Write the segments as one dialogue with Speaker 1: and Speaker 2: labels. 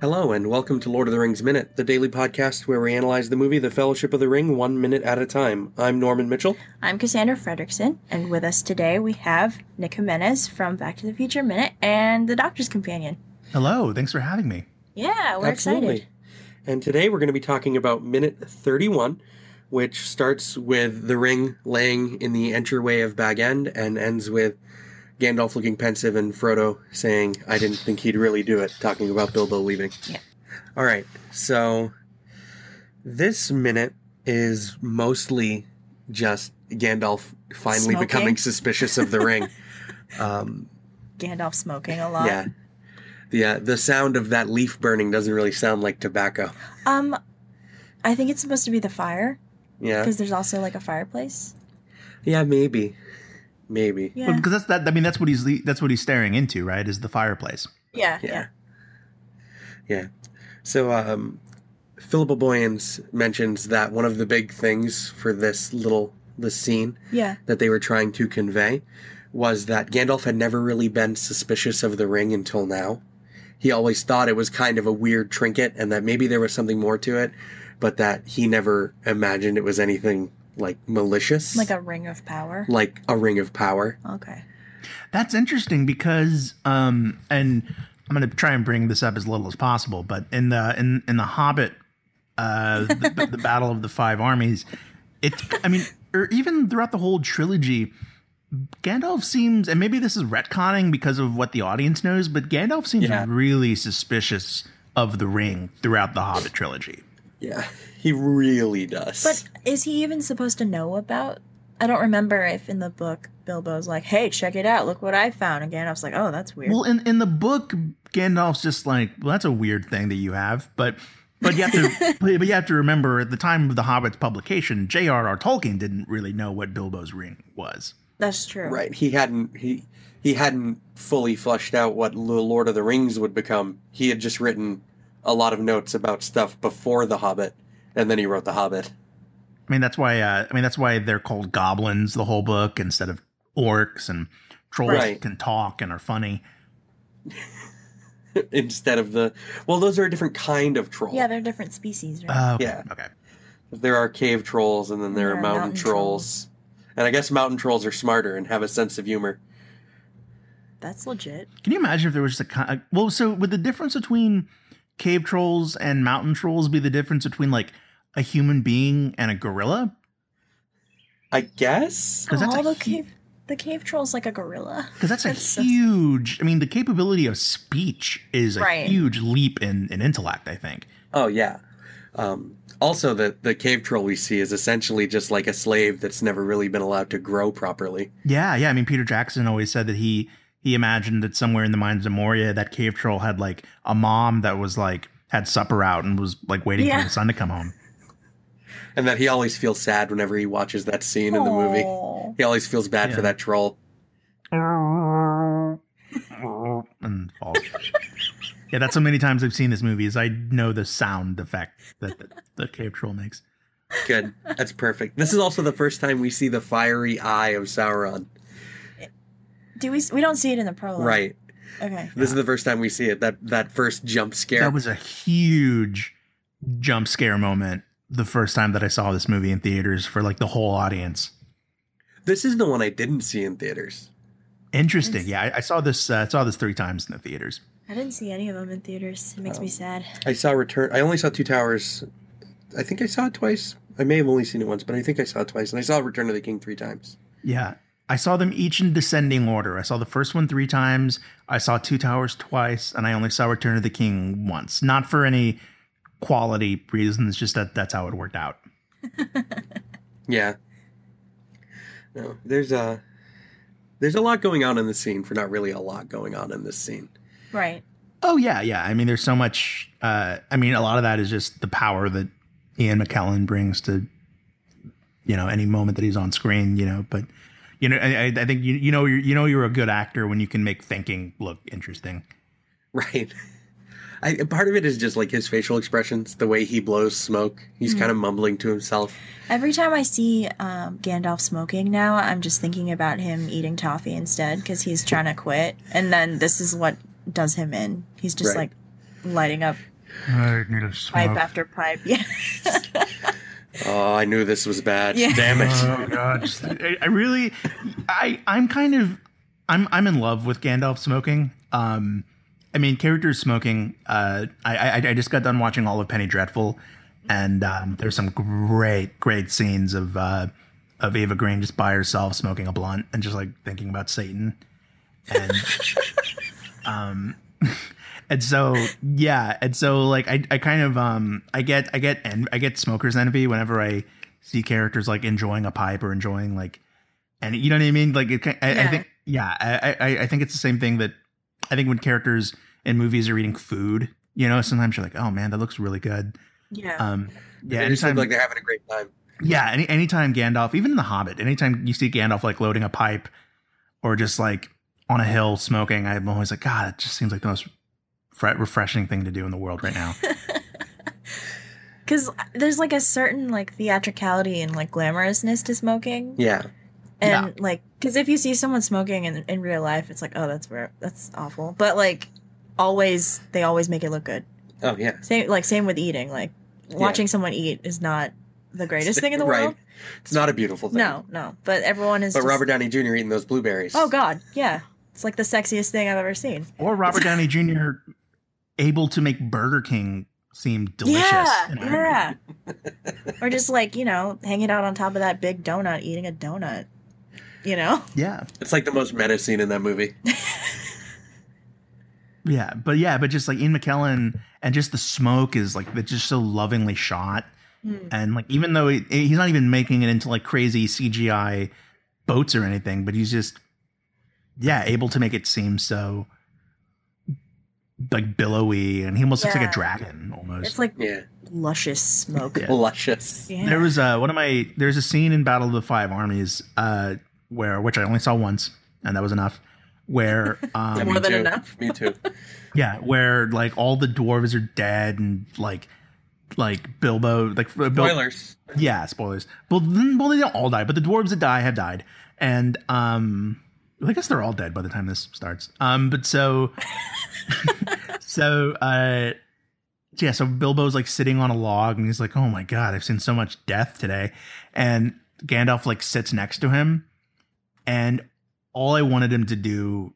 Speaker 1: Hello, and welcome to Lord of the Rings Minute, the daily podcast where we analyze the movie The Fellowship of the Ring one minute at a time. I'm Norman Mitchell.
Speaker 2: I'm Cassandra Fredrickson, and with us today we have Nick Jimenez from Back to the Future Minute and the Doctor's Companion.
Speaker 3: Hello, thanks for having me.
Speaker 2: Yeah, Oh, we're excited.
Speaker 1: And today we're going to be talking about minute 31, which starts with the ring laying in the entryway of Bag End and ends with Gandalf looking pensive and Frodo saying, I didn't think he'd really do it, talking about Bilbo leaving.
Speaker 2: Yeah.
Speaker 1: All right. So this minute is mostly just Gandalf finally
Speaker 2: Smoking.
Speaker 1: becoming suspicious of the ring. um,
Speaker 2: Gandalf smoking a lot.
Speaker 1: yeah. The, uh, the sound of that leaf burning doesn't really sound like tobacco.
Speaker 2: Um, I think it's supposed to be the fire
Speaker 1: Yeah.
Speaker 2: because there's also like a fireplace.
Speaker 1: Yeah, maybe. Maybe.
Speaker 2: Yeah.
Speaker 3: Because that's that. I mean, that's what he's le- that's what he's staring into, right? Is the fireplace?
Speaker 2: yeah, yeah,
Speaker 1: Yeah. Yeah. So um Philippa Boyens mentions that one of the big things for this little this scene
Speaker 2: yeah,
Speaker 1: that they were trying to convey was that Gandalf had never really been suspicious of the ring until now. He always thought it was kind of a weird trinket and that maybe there was something more to it, but that he never imagined it was anything like malicious.
Speaker 2: like a ring of power.
Speaker 1: like a ring of power.
Speaker 2: Okay.
Speaker 3: That's interesting because, um, and I'm going to try and bring this up as little as possible. But in the in in the Hobbit, uh, the, the Battle of the Five Armies, it's I mean, or even throughout the whole trilogy, Gandalf seems, and maybe this is retconning because of what the audience knows, but Gandalf seems
Speaker 1: Yeah.
Speaker 3: really suspicious of the ring throughout the Hobbit trilogy.
Speaker 1: Yeah. He really does.
Speaker 2: But is he even supposed to know about? I don't remember if in the book Bilbo's like, "Hey, check it out! Look what I found!" And Gandalf's like, "Oh, that's weird."
Speaker 3: Well, in in the book, Gandalf's just like, well, that's a weird thing that you have, but but you have to but you have to remember at the time of the Hobbit's publication, J.R.R. Tolkien didn't really know what Bilbo's ring was.
Speaker 2: that's true.
Speaker 1: Right. He hadn't he he hadn't fully fleshed out what the Lord of the Rings would become. He had just written a lot of notes about stuff before The Hobbit, and then he wrote The Hobbit.
Speaker 3: I mean, that's why uh, I mean that's why they're called goblins the whole book instead of orcs and trolls
Speaker 1: Right.
Speaker 3: can talk and are funny.
Speaker 1: Instead of the well, those are a different kind of troll.
Speaker 2: Yeah, they're different species, right?
Speaker 3: Uh, okay,
Speaker 1: Yeah.
Speaker 3: okay.
Speaker 1: there are cave trolls and then there, are mountain, trolls. And I guess mountain trolls are smarter and have a sense of humor.
Speaker 2: that's legit.
Speaker 3: Can you imagine if there was just a kind? Well, so would the difference between cave trolls and mountain trolls be the difference between like a human being and a gorilla?
Speaker 1: I guess.
Speaker 3: Because that's
Speaker 2: Oh,
Speaker 3: a
Speaker 2: the
Speaker 3: hu-
Speaker 2: cave, the cave troll's like a gorilla.
Speaker 3: Because that's a
Speaker 2: That's so-
Speaker 3: huge. I mean, the capability of speech is a
Speaker 2: Right.
Speaker 3: huge leap in, in intellect. I think.
Speaker 1: Oh yeah. Um, also, the the cave troll we see is essentially just like a slave that's never really been allowed to grow properly.
Speaker 3: Yeah, yeah. I mean, Peter Jackson always said that he he imagined that somewhere in the mines of Moria, that cave troll had like a mom that was like had supper out and was like waiting
Speaker 2: Yeah.
Speaker 3: for the son to come home.
Speaker 1: And that he always feels sad whenever he watches that scene in the movie.
Speaker 2: Aw.
Speaker 1: He always feels bad for
Speaker 3: Yeah.
Speaker 1: that troll.
Speaker 3: and falls. yeah, that's how many times I've seen this movie is I know the sound effect that the, the cave troll makes.
Speaker 1: Good. That's perfect. This is also the first time we see the fiery eye of Sauron.
Speaker 2: Do we? s- We don't see it in the prologue,
Speaker 1: Right.
Speaker 2: Okay.
Speaker 1: This is the first time we see it. That that first jump scare.
Speaker 3: That was a huge jump scare moment the first time that I saw this movie in theaters for like the whole audience.
Speaker 1: this is the one I didn't see in theaters.
Speaker 3: Interesting.
Speaker 2: Nice.
Speaker 3: Yeah, I, I saw this. Uh, I saw this three times in the theaters.
Speaker 2: I didn't see any of them in theaters. It makes me
Speaker 1: Um,
Speaker 2: sad.
Speaker 1: I saw Return. I only saw Two Towers. I think I saw it twice. I may have only seen it once, but I think I saw it twice. And I saw Return of the King three times.
Speaker 3: Yeah, I saw them each in descending order. I saw the first one three times. I saw Two Towers twice, and I only saw Return of the King once. Not for any quality reasons, just that that's how it worked out.
Speaker 1: Yeah. No, there's a there's a lot going on in this scene for not really a lot going on in this scene.
Speaker 2: Right.
Speaker 3: Oh yeah, yeah. I mean, there's so much. Uh, I mean, a lot of that is just the power that Ian McKellen brings to, you know, any moment that he's on screen. You know, but you know, I, I I think you you know you're, you know you're a good actor when you can make thinking look interesting.
Speaker 1: Right. I, part of it is just like his facial expressions, the way he blows smoke. He's
Speaker 2: Mhm.
Speaker 1: kind of mumbling to himself.
Speaker 2: Every time I see um, Gandalf smoking now, I'm just thinking about him eating toffee instead because he's trying to quit. And then this is what does him in. He's just
Speaker 1: Right.
Speaker 2: like lighting up
Speaker 3: I need a
Speaker 2: pipe
Speaker 3: smoke.
Speaker 2: after pipe. Yeah.
Speaker 1: Oh, I knew this was bad.
Speaker 2: Yeah.
Speaker 1: Damn it.
Speaker 3: Oh god! Just- I, I really, I I'm kind of, I'm I'm in love with Gandalf smoking. Um, I mean characters smoking. Uh, I I, I just got done watching all of Penny Dreadful, and um, there's some great great scenes of uh, of Ava Green just by herself smoking a blunt and just like thinking about Satan, and um. And so, yeah, and so like I, I kind of um I get I get and I get smokers envy whenever I see characters like enjoying a pipe or enjoying like and you know what I mean like it, ki- I, I
Speaker 2: Yeah.
Speaker 3: think yeah I, I I think it's the same thing that I think when characters in movies are eating food you know sometimes you're like oh man that looks really good
Speaker 2: Yeah.
Speaker 3: um yeah
Speaker 1: they just look
Speaker 3: anytime
Speaker 1: like they're having a great time.
Speaker 3: yeah, any anytime Gandalf, even in The Hobbit, anytime you see Gandalf like loading a pipe or just like on a hill smoking, I'm always like, God, it just seems like the most fre- refreshing thing to do in the world right now.
Speaker 2: Because there's like a certain like theatricality and like glamorousness to smoking,
Speaker 1: Yeah.
Speaker 2: and like because if you see someone smoking in, in real life, it's like oh that's where that's awful. But like always, they always make it look good.
Speaker 1: Oh, yeah.
Speaker 2: Same like same with eating. Like watching someone eat is not the greatest thing in the
Speaker 1: Right.
Speaker 2: world.
Speaker 1: It's not a beautiful thing.
Speaker 2: No, no. But everyone is.
Speaker 1: But
Speaker 2: just-
Speaker 1: Robert Downey Jr. eating those blueberries.
Speaker 2: Oh God, yeah. It's like the sexiest thing I've ever seen.
Speaker 3: or Robert Downey Jr. able to make Burger King seem delicious.
Speaker 2: Yeah,
Speaker 3: you know?
Speaker 2: yeah. or just like you know, hanging out on top of that big donut, eating a donut. You know.
Speaker 3: yeah,
Speaker 1: It's like the most meta scene in that movie.
Speaker 3: yeah. But yeah, but just like Ian McKellen and just the smoke is like it's just so lovingly shot. and like even though it, it- he's not even making it into like crazy CGI boats or anything, but he's just yeah able to make it seem so like billowy, and he almost looks like
Speaker 2: Yeah.
Speaker 3: a dragon almost.
Speaker 2: It's like
Speaker 1: Yeah.
Speaker 2: luscious smoke.
Speaker 3: Yeah.
Speaker 1: Luscious.
Speaker 2: Yeah.
Speaker 3: There was uh, one of my there's a scene in Battle of the Five Armies uh, where which I only saw once, and that was enough. Where um,
Speaker 1: Yeah,
Speaker 2: More
Speaker 1: me
Speaker 2: than
Speaker 1: too.
Speaker 2: enough.
Speaker 1: Me too.
Speaker 3: Yeah, where like all the dwarves are dead and like like Bilbo like Bil-
Speaker 1: Spoilers.
Speaker 3: yeah, spoilers. But then well they don't all die, but the dwarves that die have died. And um I guess they're all dead by the time this starts. Um but so so uh yeah, so Bilbo's like sitting on a log and he's like, "Oh my god, I've seen so much death today." And Gandalf like sits next to him and all I wanted him to do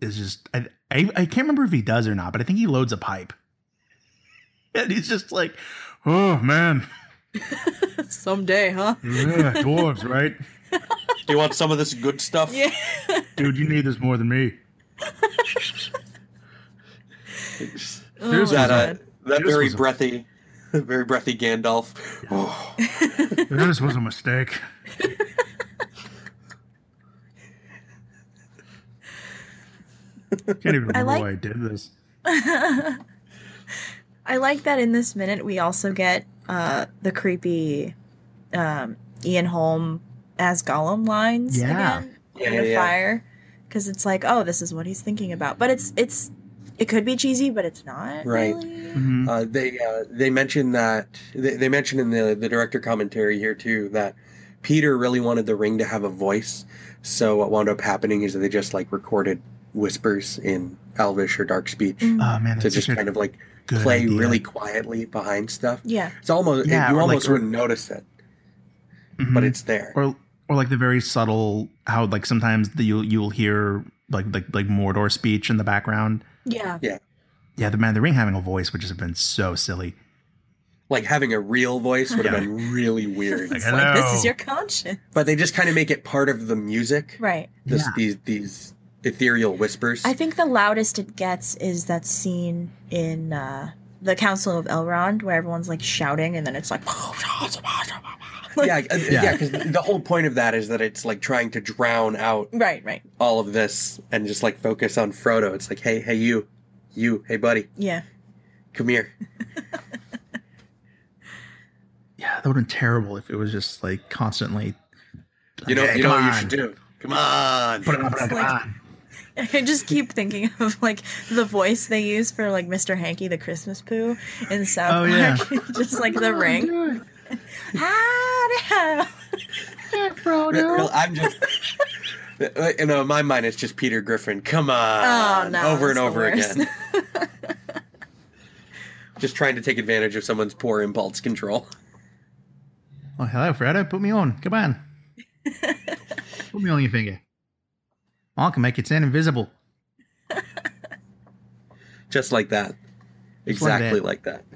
Speaker 3: is just I, I I can't remember if he does or not, but I think he loads a pipe. And he's just like, "Oh man,
Speaker 2: Someday, huh?
Speaker 3: yeah, dwarves, right?
Speaker 1: Do you want some of this good stuff?
Speaker 2: Yeah.
Speaker 3: Dude, you need this more than me.
Speaker 2: Oh,
Speaker 3: Here's
Speaker 1: that uh,
Speaker 2: God.
Speaker 1: that
Speaker 3: This
Speaker 1: very
Speaker 3: was a-
Speaker 1: breathy, very breathy Gandalf. Oh,
Speaker 3: This was a mistake. Can't even remember
Speaker 2: like-
Speaker 3: why I did this.
Speaker 2: I like that in this minute we also get uh, the creepy um, Ian Holm as Gollum lines
Speaker 3: Yeah.
Speaker 2: again
Speaker 1: Yeah,
Speaker 2: in
Speaker 1: yeah,
Speaker 2: the
Speaker 1: yeah.
Speaker 2: fire because it's like oh this is what he's thinking about but it's it's it could be cheesy but it's not
Speaker 1: Right.
Speaker 2: really.
Speaker 3: Mhm.
Speaker 1: Uh, they uh, they mentioned that they, they mentioned in the the director commentary here too that Peter really wanted the ring to have a voice. So what wound up happening is that they just like recorded whispers in Elvish or Dark speech
Speaker 2: Mm.
Speaker 3: Oh man, that's
Speaker 1: to just
Speaker 3: such a
Speaker 1: kind of like
Speaker 3: good
Speaker 1: play
Speaker 3: idea.
Speaker 1: really quietly behind stuff.
Speaker 2: yeah
Speaker 1: It's almost
Speaker 3: Yeah, or
Speaker 1: you
Speaker 3: like-
Speaker 1: almost
Speaker 3: or-
Speaker 1: wouldn't notice it,
Speaker 3: Mhm.
Speaker 1: but it's there.
Speaker 3: or or like the very subtle how like sometimes the, you'll you'll hear like like like Mordor speech in the background.
Speaker 2: yeah
Speaker 3: Yeah, the man, the ring having a voice would just have been so silly.
Speaker 1: Like having a real voice would have
Speaker 3: Yeah.
Speaker 1: been really weird.
Speaker 3: Like,
Speaker 2: it's like this
Speaker 3: hello.
Speaker 2: is your conscience
Speaker 1: but they just kind of make it part of the music.
Speaker 2: right
Speaker 1: This,
Speaker 3: Yeah.
Speaker 1: These these ethereal whispers.
Speaker 2: I think the loudest it gets is that scene in uh, the Council of Elrond where everyone's like shouting and then it's like, like-
Speaker 1: yeah, uh,
Speaker 3: Yeah.
Speaker 1: yeah. Because the whole point of that is that it's like trying to drown out
Speaker 2: right, right,
Speaker 1: all of this and just like focus on Frodo. It's like, hey, hey, you, you, hey, buddy,
Speaker 2: yeah,
Speaker 1: come here.
Speaker 3: Yeah, that would have been terrible if it was just like constantly.
Speaker 1: You know,
Speaker 3: Okay,
Speaker 1: you know what
Speaker 3: come
Speaker 1: you
Speaker 3: on.
Speaker 1: should do. Come on.
Speaker 3: Put it on, put it on, put it
Speaker 2: Like-
Speaker 3: on.
Speaker 2: I just keep thinking of like the voice they use for like Mr. Hanky the Christmas poo in South
Speaker 3: Oh, yeah.
Speaker 2: Park, just like the ring. Ah,
Speaker 1: Re- real- I'm just. You know, in my mind, it's just Peter Griffin. Come on,
Speaker 2: Oh, no,
Speaker 1: over and
Speaker 2: that's the
Speaker 1: over
Speaker 2: worst.
Speaker 1: again. just trying to take advantage of someone's poor impulse control.
Speaker 3: Oh, hello, Fredo. Put me on. Come on. Put me on your finger. I can make it sound invisible.
Speaker 1: Just like that.
Speaker 3: Just like
Speaker 1: exactly
Speaker 3: that.
Speaker 1: like that.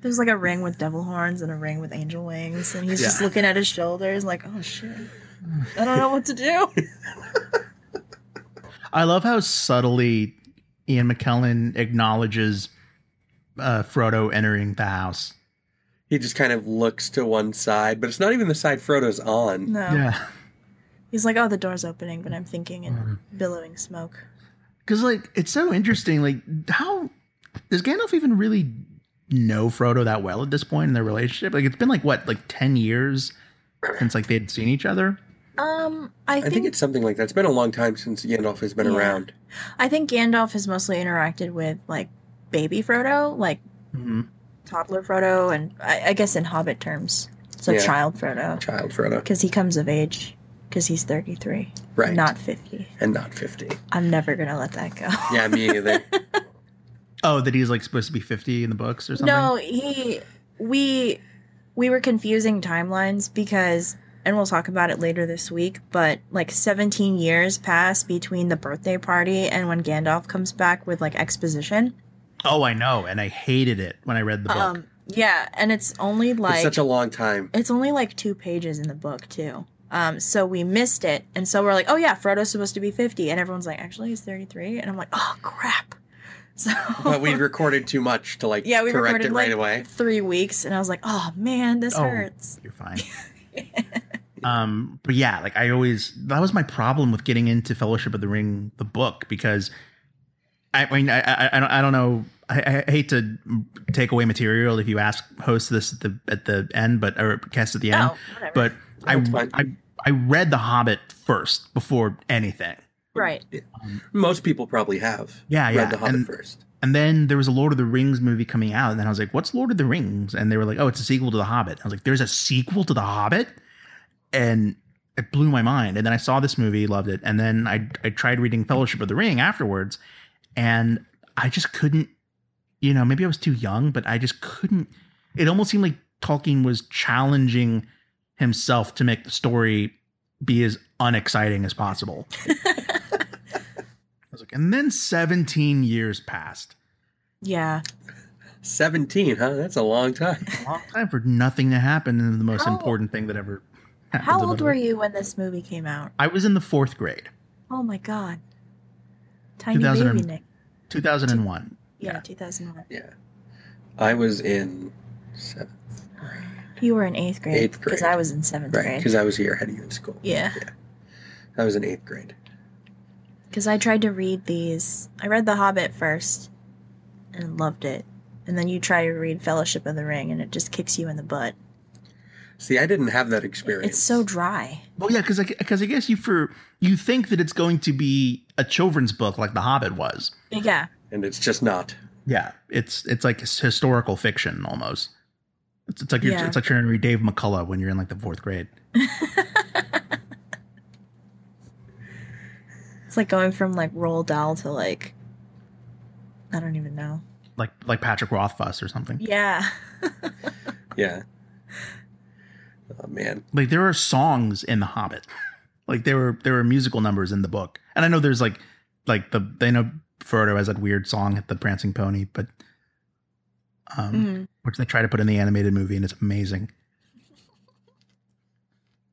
Speaker 2: There's like a ring with devil horns and a ring with angel wings, and he's just
Speaker 1: Yeah.
Speaker 2: looking at his shoulders like, oh shit. I don't know what to do.
Speaker 3: I love how subtly Ian McKellen acknowledges uh, Frodo entering the house.
Speaker 1: He just kind of looks to one side, but it's not even the side Frodo's on.
Speaker 2: No.
Speaker 3: Yeah.
Speaker 2: He's like, oh, the door's opening, but I'm thinking
Speaker 3: Mm.
Speaker 2: in billowing smoke.
Speaker 3: Because, like, it's so interesting. Like, how does Gandalf even really know Frodo that well at this point in their relationship? Like, it's been like, what, like 10 years since, like, they'd seen each other?
Speaker 2: Um, I
Speaker 1: I think,
Speaker 2: think,
Speaker 1: it's something like that. It's been a long time since Gandalf has been
Speaker 2: Yeah.
Speaker 1: around.
Speaker 2: I think Gandalf has mostly interacted with like baby Frodo, like
Speaker 3: Mm-hmm.
Speaker 2: toddler Frodo, and I, I guess in Hobbit terms, so
Speaker 1: Yeah.
Speaker 2: child Frodo,
Speaker 1: Child Frodo.
Speaker 2: because he comes of age, because he's 33,
Speaker 1: Right.
Speaker 2: not 50.
Speaker 1: and not 50.
Speaker 2: I'm never gonna let that go.
Speaker 1: Yeah, me either.
Speaker 3: Oh, that he's, like, supposed to be 50 in the books or something?
Speaker 2: No, he we we were confusing timelines because and we'll talk about it later this week, but like 17 years pass between the birthday party and when Gandalf comes back with like exposition.
Speaker 3: Oh, I know. And I hated it when I read the book.
Speaker 2: Um yeah, and it's only
Speaker 1: it's
Speaker 2: like
Speaker 1: such a long time.
Speaker 2: it's only like 2 pages in the book, too. Um so we missed it. And so we're like, "Oh yeah, Frodo's supposed to be 50." And everyone's like, "Actually, he's 33." And I'm like, "Oh crap." So
Speaker 1: But we recorded too much to like
Speaker 2: yeah, we
Speaker 1: correct
Speaker 2: recorded
Speaker 1: it
Speaker 2: like
Speaker 1: right away.
Speaker 2: three weeks, and I was like, "Oh man, this
Speaker 3: Oh.
Speaker 2: hurts."
Speaker 3: you're fine. um, but yeah, like I always that was my problem with getting into Fellowship of the Ring, the book, because I mean I I, I, don't, I don't know. I, I hate to take away material if you ask host this at the at the end, but or cast at the end.
Speaker 2: Oh, whatever.
Speaker 3: But I,
Speaker 1: That's fine.
Speaker 3: I I read The Hobbit first before anything.
Speaker 2: right.
Speaker 1: Most people probably have.
Speaker 3: Yeah, Ah, yeah,
Speaker 1: Read The Hobbit
Speaker 3: and-
Speaker 1: first.
Speaker 3: And then there was a Lord of the Rings movie coming out, and then I was like, "What's Lord of the Rings?" And they were like, "Oh, it's a sequel to The Hobbit." I was like, "There's a sequel to The Hobbit," and it blew my mind. And then I saw this movie, loved it, and then I I tried reading Fellowship of the Ring afterwards, and I just couldn't. You know, maybe I was too young, but I just couldn't. It almost seemed like Tolkien was challenging himself to make the story be as unexciting as possible. I was like, and then 17 years passed.
Speaker 2: Yeah.
Speaker 1: 17, huh? That's a long time.
Speaker 3: long time for nothing to happen and the most
Speaker 2: How-
Speaker 3: important thing that ever happened.
Speaker 2: How old were you when this movie came out?
Speaker 3: I was in the fourth grade,
Speaker 2: Oh my god. Tiny
Speaker 3: 2000
Speaker 2: baby Nick.
Speaker 3: 2001.
Speaker 2: Yeah,
Speaker 3: yeah.
Speaker 2: 2001.
Speaker 1: Yeah. I was in seventh,
Speaker 2: You were in 8th grade
Speaker 1: Eighth
Speaker 2: because
Speaker 1: grade.
Speaker 2: I was in 7th
Speaker 1: right?
Speaker 2: grade.
Speaker 1: Because I was here ahead of you in school.
Speaker 2: yeah.
Speaker 1: I was in eighth grade.
Speaker 2: Cuz I tried to read these. I read The Hobbit first and loved it. And then you try to read Fellowship of the Ring and it just kicks you in the butt.
Speaker 1: See, I didn't have that experience.
Speaker 2: It's so dry.
Speaker 3: Well, yeah, because because I guess you for you think that it's going to be a children's book like The Hobbit was.
Speaker 2: Yeah.
Speaker 1: and it's just not.
Speaker 3: Yeah, it's it's like his- historical fiction almost. It's, it's like you're,
Speaker 2: Yeah.
Speaker 3: it's like you're gonna read Dave McCullough when you're in like the fourth grade.
Speaker 2: It's like going from like Roald Dahl to like I don't even know.
Speaker 3: Like like Patrick Rothfuss or something.
Speaker 2: Yeah.
Speaker 1: Yeah. Oh man.
Speaker 3: like there are songs in the hobbit like there were there were musical numbers in the book and i know there's like like the they know frodo has that weird song at the prancing pony but um
Speaker 2: Mhm.
Speaker 3: which they try to put in the animated movie and it's amazing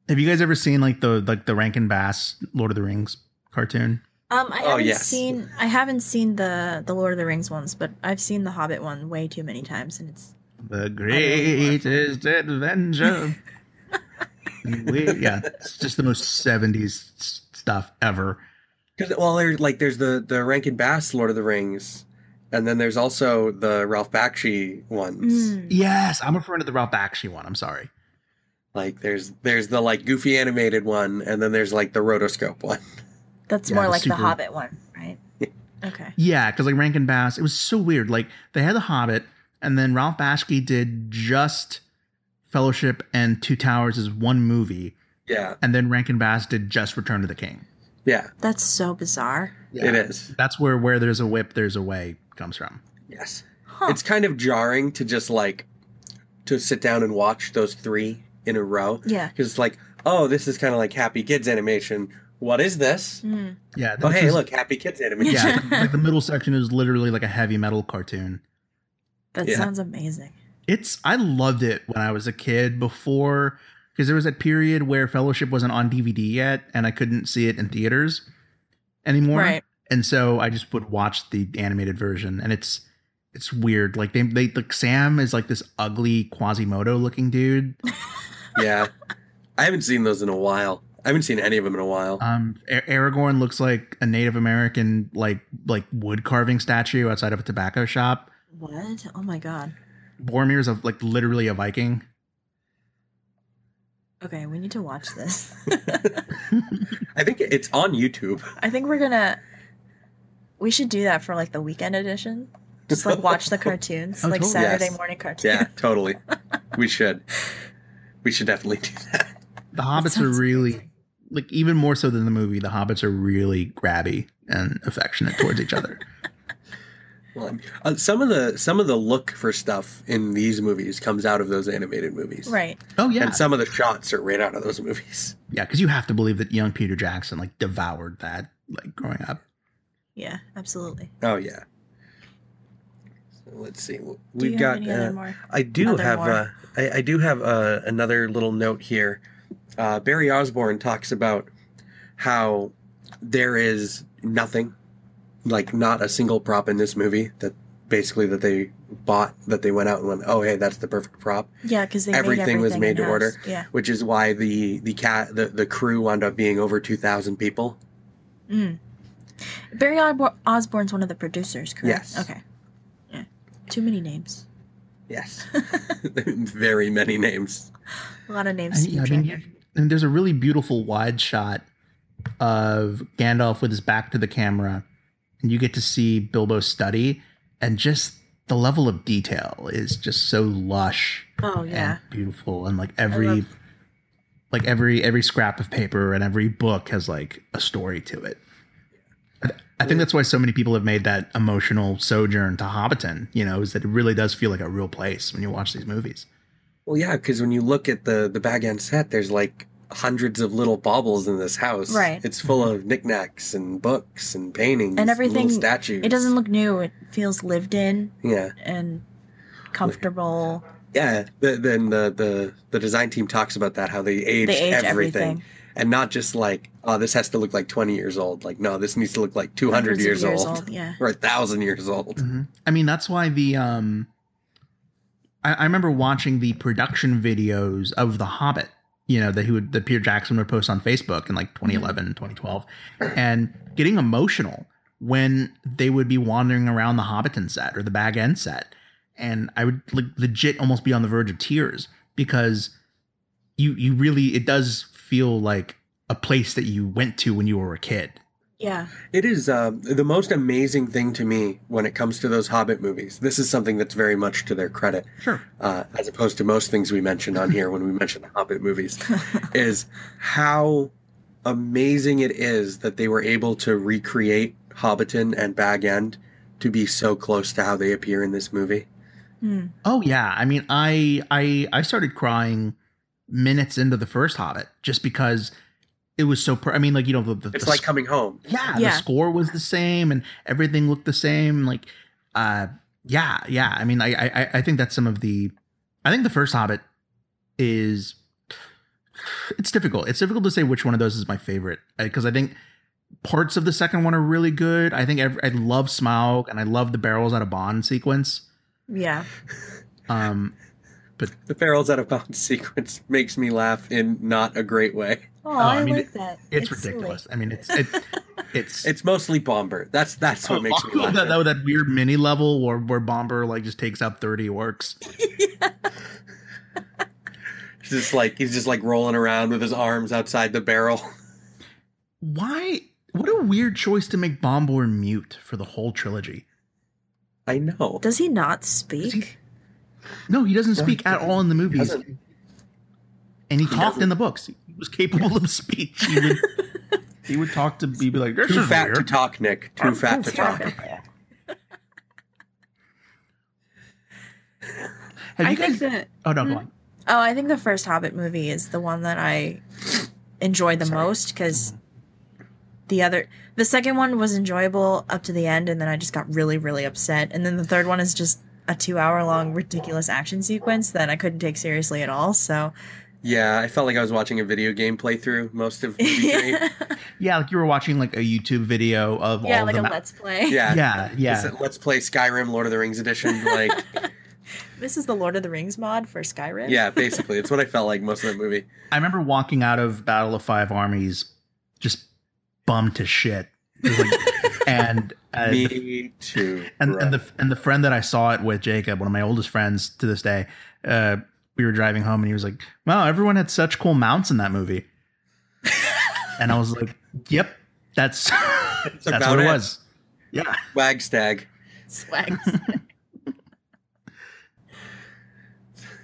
Speaker 3: have you guys ever seen like the like the rankin bass lord of the rings cartoon
Speaker 2: Um, I
Speaker 1: Oh,
Speaker 2: haven't
Speaker 1: yes.
Speaker 2: seen I haven't seen the the Lord of the Rings ones, but I've seen the Hobbit one way too many times, and it's
Speaker 3: the greatest adventure We- yeah it's just the most 70s s- stuff ever
Speaker 1: Because well, there's like there's the the Rankin Bass Lord of the Rings, and then there's also the Ralph Bakshi ones.
Speaker 2: Mm.
Speaker 3: Yes, I'm referring to the Ralph Bakshi one. I'm sorry.
Speaker 1: Like there's there's the like goofy animated one, and then there's like the rotoscope one.
Speaker 2: that's
Speaker 3: Yeah,
Speaker 2: more
Speaker 3: the
Speaker 2: like the
Speaker 3: super-
Speaker 2: Hobbit one, right? Okay.
Speaker 3: Yeah, because like Rankin Bass, it was so weird. Like they had The Hobbit, and then Ralph Bakshi did just Fellowship and Two Towers as one movie,
Speaker 1: Yeah,
Speaker 3: and then Rankin Bass did just Return to the King.
Speaker 1: yeah,
Speaker 2: That's so bizarre.
Speaker 1: it is.
Speaker 3: That's where where there's a whip, there's a way comes from.
Speaker 1: Yes,
Speaker 2: Huh.
Speaker 1: It's kind of jarring to just like to sit down and watch those three in a row
Speaker 2: yeah.
Speaker 1: because it's like, oh, this is kind of like Happy Kids animation. What is this?
Speaker 2: Mm.
Speaker 3: Yeah. that
Speaker 1: Oh,
Speaker 3: was
Speaker 1: hey,
Speaker 3: just-
Speaker 1: look, Happy Kids animation.
Speaker 3: Yeah. like the middle section is literally like a heavy metal cartoon.
Speaker 2: That
Speaker 1: Yeah.
Speaker 2: sounds amazing.
Speaker 3: It's I loved it when I was a kid before because there was that period where Fellowship wasn't on DVD yet and I couldn't see it in theaters anymore.
Speaker 2: Right.
Speaker 3: And so I just would watch the animated version and it's it's weird. Like they they like Sam is like this ugly Quasimodo looking dude.
Speaker 1: yeah. I haven't seen those in a while. I haven't seen any of them in a while.
Speaker 3: Um A- Aragorn looks like a Native American like like wood carving statue outside of a tobacco shop.
Speaker 2: What? Oh my god.
Speaker 3: Boromir's a, like literally a Viking.
Speaker 2: Okay, we need to watch this.
Speaker 1: I think it's on YouTube.
Speaker 2: I think we're gonna. We should do that for like the weekend edition. Just like watch the cartoons,
Speaker 3: Oh,
Speaker 2: like
Speaker 3: totally.
Speaker 2: Saturday
Speaker 1: Yes.
Speaker 2: morning cartoons.
Speaker 1: Yeah, totally. we should. We should definitely do that.
Speaker 3: The
Speaker 2: That
Speaker 3: hobbits are
Speaker 2: sounds
Speaker 3: really
Speaker 2: amazing.
Speaker 3: like even more so than the movie, the hobbits are really grabby and affectionate towards each other.
Speaker 1: Well, I mean, uh, some of the some of the look for stuff in these movies comes out of those animated movies,
Speaker 2: right.
Speaker 3: Oh yeah,
Speaker 1: And some of the shots are right out of those movies.
Speaker 3: yeah, because you have to believe that young Peter Jackson like devoured that like growing up.
Speaker 2: Yeah, absolutely.
Speaker 1: Oh yeah. So let's see.
Speaker 2: Do
Speaker 1: We've
Speaker 2: you
Speaker 1: got
Speaker 2: have any
Speaker 1: uh,
Speaker 2: other more?
Speaker 1: I do
Speaker 2: Other
Speaker 1: have
Speaker 2: more.
Speaker 1: uh, I, I do have uh, another little note here. Uh, Barry Osborne talks about how there is nothing, like not a single prop in this movie that basically that they bought that they went out and went, oh hey, that's the perfect prop,
Speaker 2: Yeah, because they
Speaker 1: everything
Speaker 2: made
Speaker 1: was made to
Speaker 2: in-house.
Speaker 1: order.
Speaker 2: Yeah.
Speaker 1: which is why the the cat the, the crew wound up being over two thousand people.
Speaker 2: Mm. Barry Osbor- Osborne's one of the producers, correct?
Speaker 1: Yes.
Speaker 2: Okay. Yeah. Too many names.
Speaker 1: Yes, very many names.
Speaker 2: A lot of
Speaker 3: I,
Speaker 2: names. to
Speaker 3: mean,
Speaker 2: keep
Speaker 3: I
Speaker 2: track
Speaker 3: mean,
Speaker 2: of.
Speaker 3: you- and there's a really beautiful wide shot of Gandalf with his back to the camera, and you get to see Bilbo study, and just the level of detail is just so lush.
Speaker 2: Oh yeah.
Speaker 3: and beautiful and like every
Speaker 2: love-
Speaker 3: like every every scrap of paper and every book has like a story to it I th- I think that's why so many people have made that emotional sojourn to Hobbiton, you know, is that it really does feel like a real place when you watch these movies.
Speaker 1: Well, yeah, because when you look at the the bag end set, there's like hundreds of little baubles in this house.
Speaker 2: Right. Mm-hmm.
Speaker 1: It's full of knickknacks and books and paintings
Speaker 2: And everything-
Speaker 1: little statues.
Speaker 2: It doesn't look new. It feels lived in
Speaker 1: Yeah,
Speaker 2: and comfortable.
Speaker 1: yeah. The, then the the the design team talks about that how they aged
Speaker 2: They age
Speaker 1: everything.
Speaker 2: everything.
Speaker 1: and not just like oh this has to look like 20 years old. Like no, this needs to look like 200
Speaker 2: Hundreds of
Speaker 1: years, old,
Speaker 2: Yeah.
Speaker 1: or a thousand years old.
Speaker 3: I mean, that's why the um I, I remember watching the production videos of The Hobbit, you know, that he would that Peter Jackson would post on Facebook in like 2011, 2012, and getting emotional when they would be wandering around the Hobbiton set or the Bag End set, and I would like legit almost be on the verge of tears because you you really it does feel like a place that you went to when you were a kid.
Speaker 2: Yeah.
Speaker 1: It is uh, the most amazing thing to me when it comes to those Hobbit movies. This is something that's very much to their credit.
Speaker 3: Sure.
Speaker 1: uh, as opposed to most things we mentioned on here when we mention the Hobbit movies, is how amazing it is that they were able to recreate Hobbiton and Bag End to be so close to how they appear in this movie.
Speaker 2: Hmm.
Speaker 3: Oh yeah, I mean, I I I started crying minutes into the first Hobbit just because it was so. Per- I mean, like you know, the, the
Speaker 1: It's
Speaker 3: the
Speaker 1: like coming home.
Speaker 3: yeah, the
Speaker 2: Yeah.
Speaker 3: score was the same and everything looked the same. Like, uh, yeah, yeah. I mean, I, I, I- I think that's some of the. I think the first Hobbit is. It's difficult. It's difficult to say which one of those is my favorite because I think parts of the second one are really good. I think ev I love Smaug and I love the barrels out of bond sequence.
Speaker 2: Yeah.
Speaker 3: Um,
Speaker 1: The barrels out of bounds sequence makes me laugh in not a great way.
Speaker 2: Oh,
Speaker 3: Uh, I
Speaker 2: I,
Speaker 3: mean,
Speaker 2: like that.
Speaker 3: it's,
Speaker 2: silly.
Speaker 3: ridiculous. I mean, it's it, it's
Speaker 1: It's mostly Bomber. That's that's what makes me laugh.
Speaker 3: that, that, that weird mini level where where Bomber like just takes out thirty orcs.
Speaker 1: He's just like he's just like rolling around with his arms outside the barrel.
Speaker 3: Why? What a weird choice to make Bomber mute for the whole trilogy.
Speaker 1: I know.
Speaker 2: Does he not speak?
Speaker 3: No, he doesn't speak at all in the movies,
Speaker 1: doesn't.
Speaker 3: and he,
Speaker 1: He
Speaker 3: talked in
Speaker 1: doesn't.
Speaker 3: the books. He was capable of speech. He would, he would talk to be like this
Speaker 1: Too
Speaker 3: is
Speaker 1: fat to
Speaker 3: Oh, weird."
Speaker 1: talk, Nick. Too fat to talk.
Speaker 3: Have
Speaker 2: I
Speaker 3: you
Speaker 2: think
Speaker 3: guys?
Speaker 2: that
Speaker 3: oh no, go on.
Speaker 2: Oh, I think the first Hobbit movie is the one that I enjoyed the
Speaker 1: Sorry.
Speaker 2: most 'cause most because the other, the second one was enjoyable up to the end, and then I just got really, really upset. And then the third one is just a two hour long ridiculous action sequence that I couldn't take seriously at all. So,
Speaker 1: Yeah, I felt like I was watching a video game playthrough most of movie three.
Speaker 2: yeah,
Speaker 3: Yeah, like you were watching like a YouTube video of all of
Speaker 2: like
Speaker 3: the
Speaker 2: a
Speaker 3: ma-
Speaker 2: let's play.
Speaker 1: Yeah,
Speaker 3: Yeah,
Speaker 1: It's
Speaker 3: yeah.
Speaker 1: a Let's play Skyrim, Lord of the Rings edition. Like,
Speaker 2: This is the Lord of the Rings mod for Skyrim.
Speaker 1: yeah, basically, it's what I felt like most of that movie.
Speaker 3: I remember walking out of Battle of Five Armies just bummed to shit. It was like- and uh, the-
Speaker 1: Me too.
Speaker 3: and,
Speaker 1: bro.
Speaker 3: and the and the friend that I saw it with Jacob, one of my oldest friends to this day, uh, we were driving home and he was like, "Wow, everyone had such cool mounts in that movie," and I was like, "Yep, that's that's,
Speaker 1: about
Speaker 3: what it
Speaker 1: it.
Speaker 3: was." Yeah,
Speaker 1: Wagstag.
Speaker 2: Swag.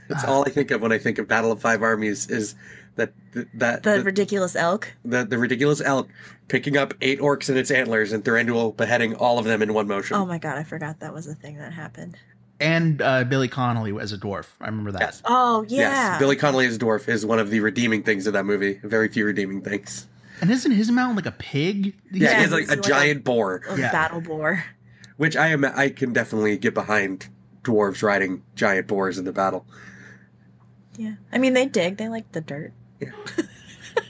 Speaker 1: That's all I think of when I think of Battle of Five Armies is that that
Speaker 2: The
Speaker 1: that-
Speaker 2: ridiculous elk.
Speaker 1: the, the ridiculous elk picking up eight orcs and its antlers and Thranduil beheading all of them in one motion.
Speaker 2: Oh my god, I forgot that was a thing that happened.
Speaker 3: and uh, Billy Connolly as a dwarf. I remember that.
Speaker 1: Yes.
Speaker 2: Oh yeah.
Speaker 1: Yes, Billy Connolly as a dwarf is one of the redeeming things of that movie. Very few redeeming things.
Speaker 3: And isn't his mount like a pig?
Speaker 1: Yeah, he
Speaker 2: Yeah,
Speaker 1: has like
Speaker 2: he's
Speaker 1: a
Speaker 2: like a-
Speaker 1: giant boar,
Speaker 2: Oh,
Speaker 3: Yeah.
Speaker 2: Battle boar.
Speaker 1: which I am I can definitely get behind dwarves riding giant boars in the battle.
Speaker 2: Yeah. I mean, they dig. They like the dirt.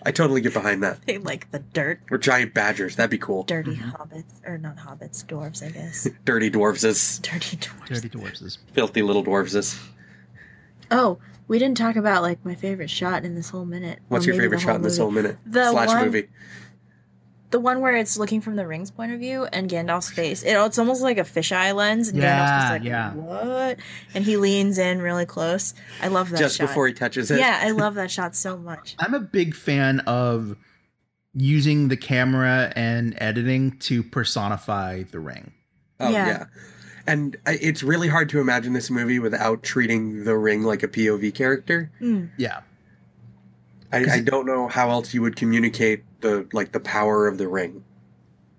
Speaker 1: I totally get behind that.
Speaker 2: They like the dirt.
Speaker 1: Or giant badgers, that'd be cool.
Speaker 2: Dirty hobbits. Or not hobbits, dwarves, I guess.
Speaker 1: Dirty dwarves is
Speaker 2: Dirty dwarves.
Speaker 3: Dirty dwarfs. is-
Speaker 1: filthy little dwarves is.
Speaker 2: Oh, we didn't talk about, like, my favorite shot in this whole minute.
Speaker 1: What's
Speaker 2: Or
Speaker 1: your
Speaker 2: maybe
Speaker 1: favorite
Speaker 2: the
Speaker 1: shot in this whole
Speaker 2: movie.
Speaker 1: minute?
Speaker 2: The
Speaker 1: Slash
Speaker 2: one-
Speaker 1: movie.
Speaker 2: The one where it's looking from the ring's point of view and Gandalf's face. It, it's almost like a fisheye lens, and Gandalf's
Speaker 3: Yeah,
Speaker 2: just like,
Speaker 3: yeah.
Speaker 2: what? And he leans in really close. I love that
Speaker 1: Just
Speaker 2: shot.
Speaker 1: before he touches it.
Speaker 2: Yeah, I love that shot so much.
Speaker 3: I'm a big fan of using the camera and editing to personify the ring.
Speaker 1: Oh yeah.
Speaker 2: Yeah.
Speaker 1: And I, it's really hard to imagine this movie without treating the ring like a POV character.
Speaker 2: Mm.
Speaker 3: Yeah.
Speaker 1: I, I don't know how else you would communicate the like the power of the ring.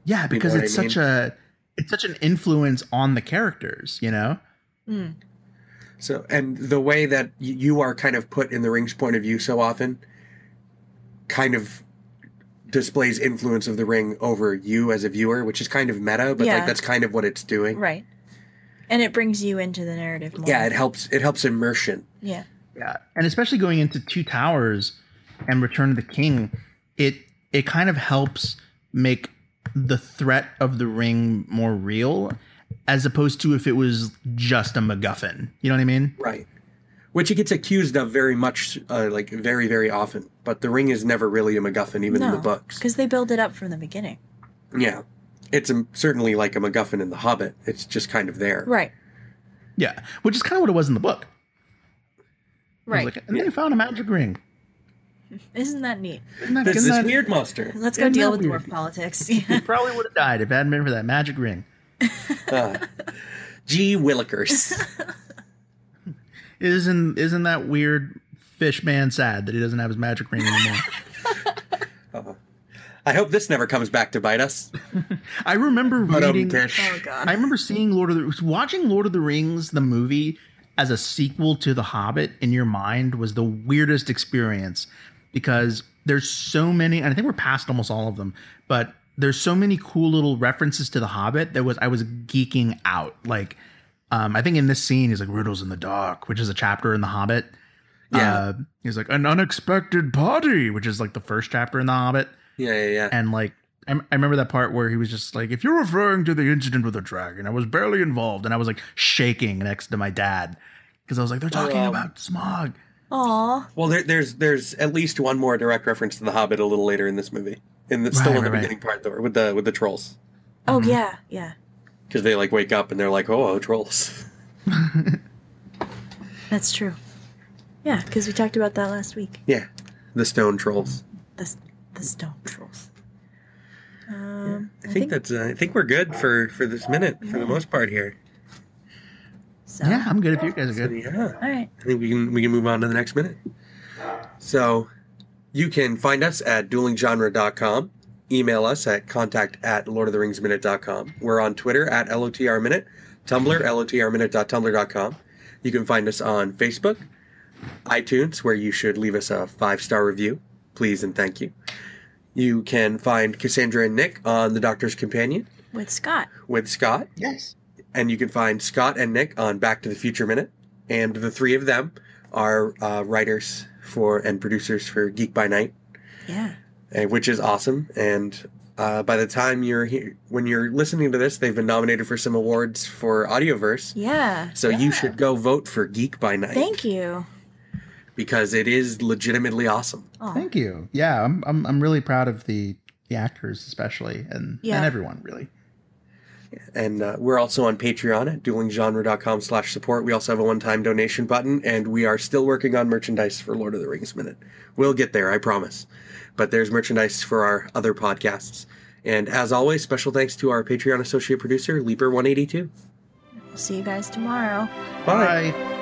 Speaker 3: Yeah, because
Speaker 1: what
Speaker 3: it's
Speaker 1: I mean?
Speaker 3: such a it's such an influence on the characters, you know?
Speaker 2: Mm.
Speaker 1: So and the way that y- you are kind of put in the ring's point of view so often kind of displays influence of the ring over you as a viewer, which is kind of meta, but
Speaker 2: Yeah.
Speaker 1: like that's kind of what it's doing.
Speaker 2: Right. And it brings you into the narrative more.
Speaker 1: Yeah, it helps it helps immersion.
Speaker 2: yeah.
Speaker 3: Yeah. And especially going into Two Towers and Return of the King, it it kind of helps make the threat of the ring more real as opposed to if it was just a MacGuffin. You know what I mean?
Speaker 1: Right. Which he gets accused of very much, uh, like very, very often. But the ring is never really a MacGuffin, even in the
Speaker 2: No,
Speaker 1: books.
Speaker 2: Because they build it up from the beginning.
Speaker 1: Yeah. It's a, certainly like a MacGuffin in The Hobbit. It's just kind of there.
Speaker 2: Right.
Speaker 3: Yeah. Which is kind of what it was in the book. It was
Speaker 2: Right.
Speaker 3: like, and then he found a magic ring.
Speaker 2: Isn't that neat?
Speaker 3: Isn't that,
Speaker 1: There's
Speaker 3: isn't
Speaker 1: this
Speaker 3: that-
Speaker 1: weird monster.
Speaker 2: Let's go
Speaker 3: Isn't
Speaker 2: deal
Speaker 3: that
Speaker 2: with
Speaker 3: weird?
Speaker 2: dwarf politics.
Speaker 3: He probably would have died if it hadn't been for that magic ring.
Speaker 1: Uh, G. Willikers.
Speaker 3: Isn't isn't that weird fish man sad that he doesn't have his magic ring anymore?
Speaker 1: I hope this never comes back to bite us.
Speaker 3: I remember
Speaker 1: But um,
Speaker 3: reading
Speaker 2: oh god.
Speaker 3: I remember seeing Lord of the watching Lord of the Rings the movie as a sequel to The Hobbit in your mind was the weirdest experience because there's so many and I think we're past almost all of them, but there's so many cool little references to The Hobbit that was I was geeking out. Like um, I think in this scene he's like riddles in the dark, which is a chapter in The Hobbit.
Speaker 1: Yeah.
Speaker 3: Uh, he's like an unexpected party, which is like the first chapter in The Hobbit
Speaker 1: Yeah, yeah, yeah.
Speaker 3: and like I, I remember that part where he was just like if you're referring to the incident with the dragon i was barely involved and i was like shaking next to my dad because i was like they're talking
Speaker 1: Um,
Speaker 3: about smog
Speaker 2: Aw.
Speaker 1: Well, there, there's there's at least one more direct reference to The Hobbit a little later in this movie, and it's still
Speaker 3: Right,
Speaker 1: in the
Speaker 3: right, right.
Speaker 1: beginning part though, with the with the trolls,
Speaker 2: Oh
Speaker 3: Mm-hmm.
Speaker 2: yeah, yeah.
Speaker 1: because they like wake up and they're like, oh, trolls.
Speaker 2: That's true. Yeah, because we talked about that last week.
Speaker 1: Yeah, the stone trolls.
Speaker 2: The s- the stone trolls. Um,
Speaker 1: I think that's. Uh, I think we're good for for this minute for the most part here.
Speaker 2: so.
Speaker 3: yeah i'm good if you guys are
Speaker 1: So,
Speaker 3: good
Speaker 1: yeah,
Speaker 2: All right.
Speaker 1: I think we can we can move on to the next minute. So, you can find us at duelinggenre.com. Email us at contact at lordoftheringsminute.com. We're on Twitter at lotrminute, Tumblr lotrminute.tumblr.com. You can find us on Facebook, iTunes, where you should leave us a five star review. Please and thank you. You can find Cassandra and Nick on The Doctor's Companion
Speaker 2: with Scott.
Speaker 1: with Scott,
Speaker 3: Yes.
Speaker 1: and you can find Scott and Nick on Back to the Future Minute. And the three of them are uh, writers for and producers for Geek by Night,
Speaker 2: Yeah.
Speaker 1: eh, which is awesome. And uh, by the time you're here, when you're listening to this, they've been nominated for some awards for Audioverse.
Speaker 2: Yeah.
Speaker 1: So you should go vote for Geek by Night
Speaker 2: Thank you.
Speaker 1: because it is legitimately awesome.
Speaker 2: Oh,
Speaker 3: Thank you. Yeah, I'm I'm I'm really proud of the the actors especially and
Speaker 2: Yeah.
Speaker 3: and everyone really.
Speaker 1: and uh, we're also on patreon at duelinggenre.com slash support we also have a one-time donation button and we are still working on merchandise for lord of the rings minute we'll get there i promise but there's merchandise for our other podcasts and as always special thanks to our patreon associate producer leaper182
Speaker 2: see you guys tomorrow.
Speaker 1: bye.
Speaker 3: Bye.